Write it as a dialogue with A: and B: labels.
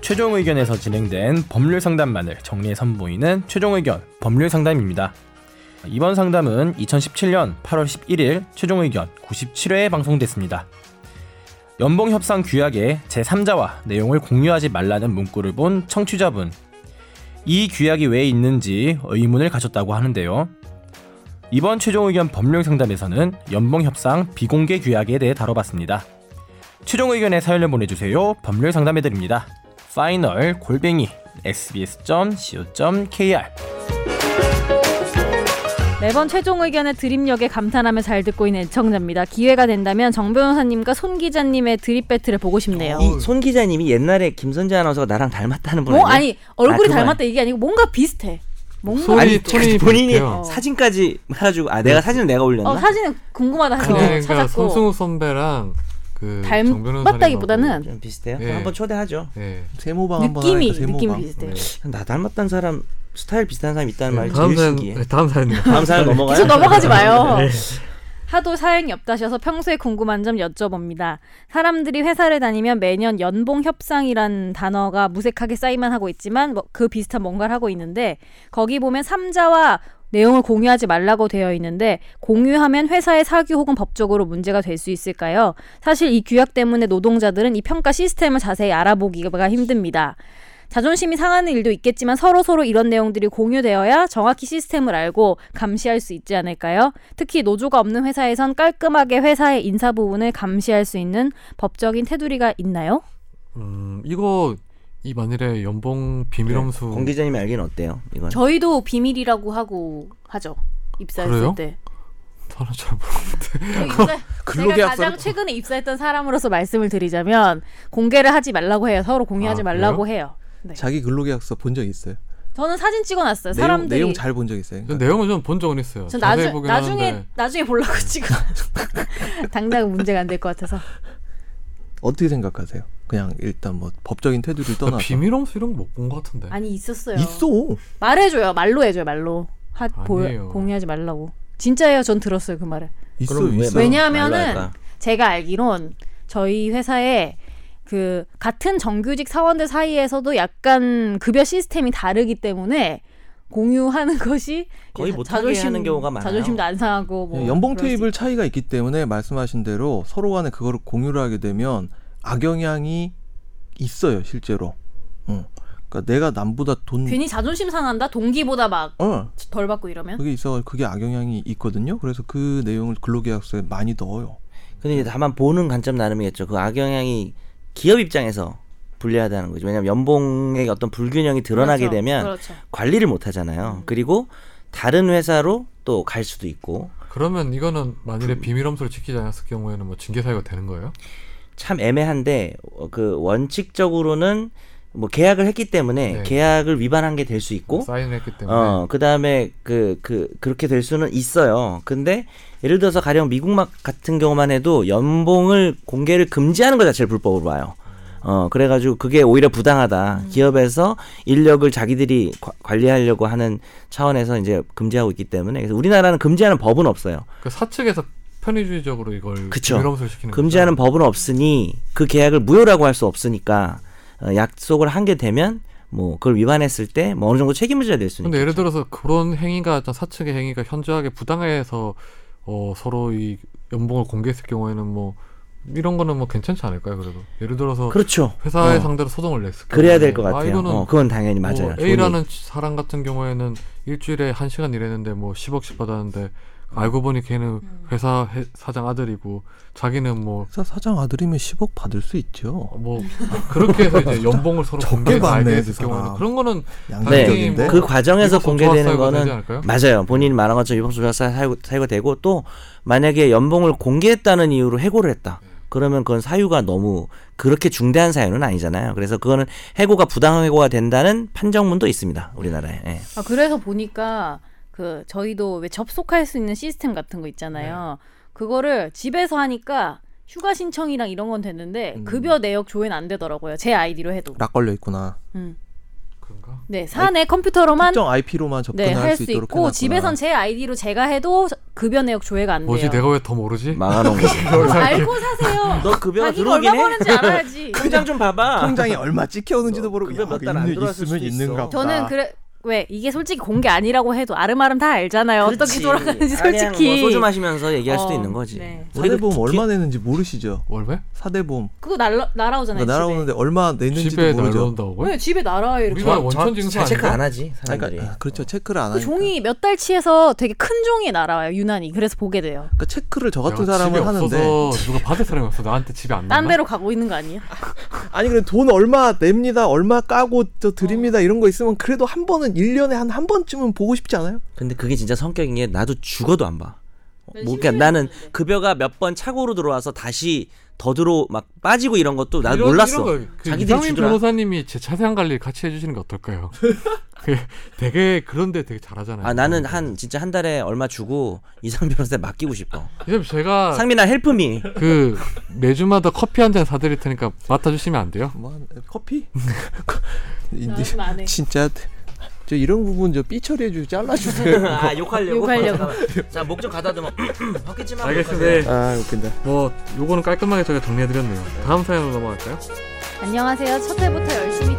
A: 최종 의견에서 진행된 법률 상담만을 정리해 선보이는 최종 의견 법률 상담입니다. 이번 상담은 2017년 8월 11일 최종 의견 97회에 방송됐습니다. 연봉 협상 규약에 제3자와 내용을 공유하지 말라는 문구를 본 청취자분. 이 규약이 왜 있는지 의문을 가졌다고 하는데요. 이번 최종 의견 법률 상담에서는 연봉 협상 비공개 규약에 대해 다뤄봤습니다. 최종 의견의 사연을 보내주세요. 법률 상담해드립니다. 파이널 골뱅이 sbs.co.kr
B: 매번 최종 의견의 드립력에 감탄하며 잘 듣고 있는 애청자입니다. 기회가 된다면 정 변호사님과 손 기자님의 드립 배틀을 보고 싶네요.
C: 어, 이 손 기자님이 옛날에 김선재 아나운서가 나랑 닮았다는 분이
B: 뭐 아니 얼굴이
C: 아, 그만.
B: 닮았다 이게 아니고 뭔가 비슷해. 뭔가 어,
D: 손이-
B: 아니,
C: 아니
D: 손이 네.
C: 본인이
D: 비슷해요.
C: 사진까지 해가지고 아 내가 사진을 내가 올렸나?
B: 어, 사진은 궁금하다 해서
D: 그러니까
B: 찾았고
D: 손승우 선배랑 그
B: 닮았다기보다는 네.
C: 좀 비슷해요.
D: 예.
C: 그럼 한번 초대하죠.
D: 예.
E: 세모방 한번 네.
B: 느낌이
E: 하니까 세모방.
B: 느낌이
D: 네.
B: 비슷해.
C: 나 닮았다는 사람 스타일 비슷한 사람 있다는 말이
D: 다음
C: 제일
D: 사연
C: 신기해.
D: 네, 다음 사연이요.
C: 다음 사람
B: 계속
C: 넘어가요. 네.
B: 넘어가지 마요. 하도 사연이 없다셔서 평소에 궁금한 점 여쭤봅니다. 사람들이 회사를 다니면 매년 연봉 협상이란 단어가 무색하게 쌓이만 하고 있지만 뭐 그 비슷한 뭔가를 하고 있는데 거기 보면 삼자와 내용을 공유하지 말라고 되어 있는데 공유하면 회사의 사규 혹은 법적으로 문제가 될 수 있을까요? 사실 이 규약 때문에 노동자들은 이 평가 시스템을 자세히 알아보기가 힘듭니다. 자존심이 상하는 일도 있겠지만 서로 서로 이런 내용들이 공유되어야 정확히 시스템을 알고 감시할 수 있지 않을까요? 특히 노조가 없는 회사에선 깔끔하게 회사의 인사 부분을 감시할 수 있는 법적인 테두리가 있나요?
D: 음, 이거 이 만일에 연봉 비밀엄수
C: 네, 공 기자님이 알기는 어때요? 이건
B: 저희도 비밀이라고 하고 하죠. 입사했을
D: 그래요?
B: 때.
D: 사람 잘 모르.
B: 네, 제가
E: 근로계약서
B: 가장 최근에 입사했던 사람으로서 말씀을 드리자면 공개를 하지 말라고 해요. 서로 공유하지
D: 아,
B: 말라고 해요. 네.
E: 자기 근로계약서 본 적 있어요?
B: 저는 사진 찍어놨어요.
E: 내용,
B: 사람들이.
E: 내용 잘 본 적 있어요.
D: 전
E: 그러니까
D: 내용은 좀 본 적은 있어요.
B: 전
D: 자세히
B: 나중,
D: 보긴
B: 나중에
D: 하는데
B: 나중에 보려고 지금 네. 네. 당장 문제가 안 될 것 같아서
E: 어떻게 생각하세요? 그냥 일단 뭐 법적인 테두리를
D: 나
E: 떠나서
D: 비밀엄수 이런 거 못 본 것 같은데.
B: 아니 있었어요.
E: 있어.
B: 말해줘요. 말로 해줘요. 말로 하, 보,
D: 아니에요.
B: 공유하지 말라고. 진짜예요. 전 들었어요 그 말을.
E: 있어.
C: 그럼 왜
E: 있어.
C: 말로
B: 왜냐하면은
C: 할까?
B: 제가 알기론 저희 회사에 그 같은 정규직 사원들 사이에서도 약간 급여 시스템이 다르기 때문에 공유하는 것이
C: 거의
B: 자-
C: 못하게 하는 경우가 많아요. 네,
B: 자존심도 안 상하고 뭐
E: 연봉
B: 그럴 수
E: 테이블 차이가 있기 때문에 말씀하신 대로 서로 간에 그거를 공유를 하게 되면 악영향이 있어요, 실제로. 어. 그러니까 내가 남보다 돈
B: 괜히 자존심 상한다. 동기보다 막 덜
E: 어.
B: 받고 이러면
E: 그게 있어 그게 악영향이 있거든요. 그래서 그 내용을 근로계약서에 많이 넣어요.
C: 근데 이제 다만 보는 관점 나름이겠죠. 그 악영향이 기업 입장에서 불리하다는 거죠. 왜냐하면 연봉의 어떤 불균형이 드러나게
B: 그렇죠.
C: 되면
B: 그렇죠.
C: 관리를 못 하잖아요. 그리고 다른 회사로 또 갈 수도 있고
D: 그러면 이거는 만일에 비밀엄수를 지키지 않았을 경우에는 뭐 징계 사유가 되는 거예요?
C: 참 애매한데 어, 그 원칙적으로는 뭐 계약을 했기 때문에
D: 네. 뭐
C: 계약을 위반한 게 될 수 있고
D: 사인을 했기 때문에.
C: 어, 그다음에 그, 그, 그렇게 될 수는 있어요. 근데 예를 들어서 가령 미국 막 같은 경우만 해도 연봉을 공개를 금지하는 것 자체를 불법으로 봐요. 어, 그래가지고 그게 오히려 부당하다. 기업에서 인력을 자기들이 과- 관리하려고 하는 차원에서 이제 금지하고 있기 때문에. 그래서 우리나라는 금지하는 법은 없어요.
D: 그 사측에서 편의주의적으로 이걸
C: 그쵸.
D: 비밀엄수를 시키는
C: 금지하는
D: 거죠.
C: 법은 없으니 그 계약을 무효라고 할 수 없으니까 어, 약속을 한 게 되면 뭐 그걸 위반했을 때 뭐 어느 정도 책임을 져야 될 수는
D: 근데 예를
C: 있겠죠.
D: 들어서 그런 행위가 어떤 사측의 행위가 현저하게 부당해서 어, 서로 이 연봉을 공개했을 경우에는 뭐 이런 거는 뭐 괜찮지 않을까요? 그래도 예를 들어서
C: 그렇죠.
D: 회사에
C: 어.
D: 상대로 소송을 냈을
C: 그래야
D: 경우에
C: 될 것
D: 아,
C: 같아요.
D: 이거는
C: 어, 그건 당연히 맞아요.
D: 뭐
C: 좋은
D: A라는 사람 같은 경우에는 일주일에 한 시간 일했는데 뭐 10억씩 받았는데 알고 보니 걔는 회사 해- 사장 아들이고 자기는 뭐 뭐
E: 사, 사장 아들이면 10억 받을 수 있죠.
D: 그렇게 해서 이제 연봉을 서로
E: 적게
D: 공개해서
E: 받네,
D: 알게
E: 그
D: 됐을
E: 사람.
D: 경우에는 그런 거는
C: 네,
E: 양심적인데.
C: 뭐 그 과정에서
D: 이거 조-
C: 공개되는
D: 조합 사유가 되지
C: 거는
D: 않을까요?
C: 맞아요. 본인 말한 것처럼 위법 조사 사유- 사유가 되고 또 만약에 연봉을 공개했다는 이유로 해고를 했다.
D: 네.
C: 그러면 그건 사유가 너무 그렇게 중대한 사유는 아니잖아요. 그래서 그거는 해고가 부당한 해고가 된다는 판정문도 있습니다. 우리나라에. 예.
B: 아, 그래서 보니까 그 저희도 왜 접속할 수 있는 시스템 같은 거 있잖아요.
C: 네.
B: 그거를 집에서 하니까 휴가 신청이랑
C: 음.
B: 이런 건 됐는데 급여 내역 조회는 안 되더라고요. 제 아이디로 해도.
E: 락 걸려 있구나.
B: 음.
D: 그런가?
B: 네, 사내 컴퓨터로만
E: 특정 IP로만
B: 네,
E: 접근할
B: 할
E: 수
B: 수
E: 있도록
B: 있고
E: 해놨구나.
B: 집에선 제 아이디로 제가 해도 저- 급여 내역 조회가 안 돼요.
D: 뭐지 내가 왜 더 모르지?
C: 망하는 거지.
B: 알고 사세요.
C: 너 급여가
B: 자기가
C: 들어오긴
B: 얼마
C: 해.
B: 버는지 알아야지.
C: 통장 좀 봐봐.
E: 통장에 얼마 찍혀오는지도 모르고
C: 그게
E: 야,
C: 몇
E: 그
C: 달안
E: 있는-
C: 들어왔을
E: 있으면
C: 수도
E: 있는가
C: 있어.
E: 보다.
B: 저는 그래 왜 이게 솔직히 공개 아니라고 해도 아름아름 다 알잖아요. 어떻게
C: 그렇지.
B: 돌아가는지
C: 그냥
B: 솔직히.
C: 뭐 소주 마시면서 얘기할 수도
B: 어,
C: 있는 거지.
B: 네.
E: 사대보험
C: 그게-
E: 얼마 내는지 모르시죠?
D: 월매?
E: 사대보험
B: 그거 날라 날아오잖아요.
E: 그러니까 날아오는데 얼마
D: 집에
E: 내는지도 모르죠.
D: 날라온다고요?
B: 왜 집에 날아요 이렇게.
D: 우리나라 원천
C: 자
D: 징수
C: 체크 안
D: 아닌가?
C: 하지
E: 아니,
C: 사람들이.
E: 그러니까 아, 그렇죠 체크를 안
B: 그
E: 하니까.
B: 종이 몇 달치에서 되게 큰 종이에 날아와요 유난히. 그래서 보게 돼요.
E: 그러니까 체크를 저 같은
D: 야, 집에
E: 사람은 하는데
D: 없어서 누가 받을 사람이 없어 나한테 집에 안
B: 딴
D: 나.
B: 데로 가고 있는 거 아니에요?
E: 아니 그래 돈 얼마 냅니다 얼마 까고 저 드립니다 이런 거 있으면 그래도 한 번은 1년에 한 한 번쯤은 보고 싶지 않아요?
C: 근데 그게 진짜 성격인 게 나도 죽어도 안 봐. 어,
B: 난
C: 뭐, 그러니까
B: 신기해요,
C: 나는
B: 근데.
C: 급여가 몇 번 착오로 들어와서 다시 더 들어 막 빠지고 이런 것도 난
D: 이런-
C: 몰랐어.
D: 이런 거, 그
C: 자기들이
D: 이상민
C: 주더라.
D: 변호사님이 제 차세한 관리 같이 해주시는 게 어떨까요? 그게 되게 그런데 되게 잘하잖아요.
C: 아 나는 한 진짜 한 달에 얼마 주고 이상 변호사에 맡기고 싶어.
D: 그 이제 제가
C: 상민아 헬프미.
D: 그 매주마다 커피 한 잔 사드릴 테니까 맡아주시면 안 돼요?
E: 뭐 한- 커피? 이-
B: 나 지금 안 해.
E: 진짜 저 이런 부분 저 삐 처리해 주고 잘라 주세요.
C: 아 욕하려고.
B: 욕하려고.
C: 자 목 좀 가다듬어. 헛기침하고.
D: 알겠습니다.
E: 아 웃긴다.
D: 뭐 요거는 깔끔하게 저희가 정리해드렸네요. 다음 사연으로 넘어갈까요?
B: 안녕하세요. 첫 회부터 열심히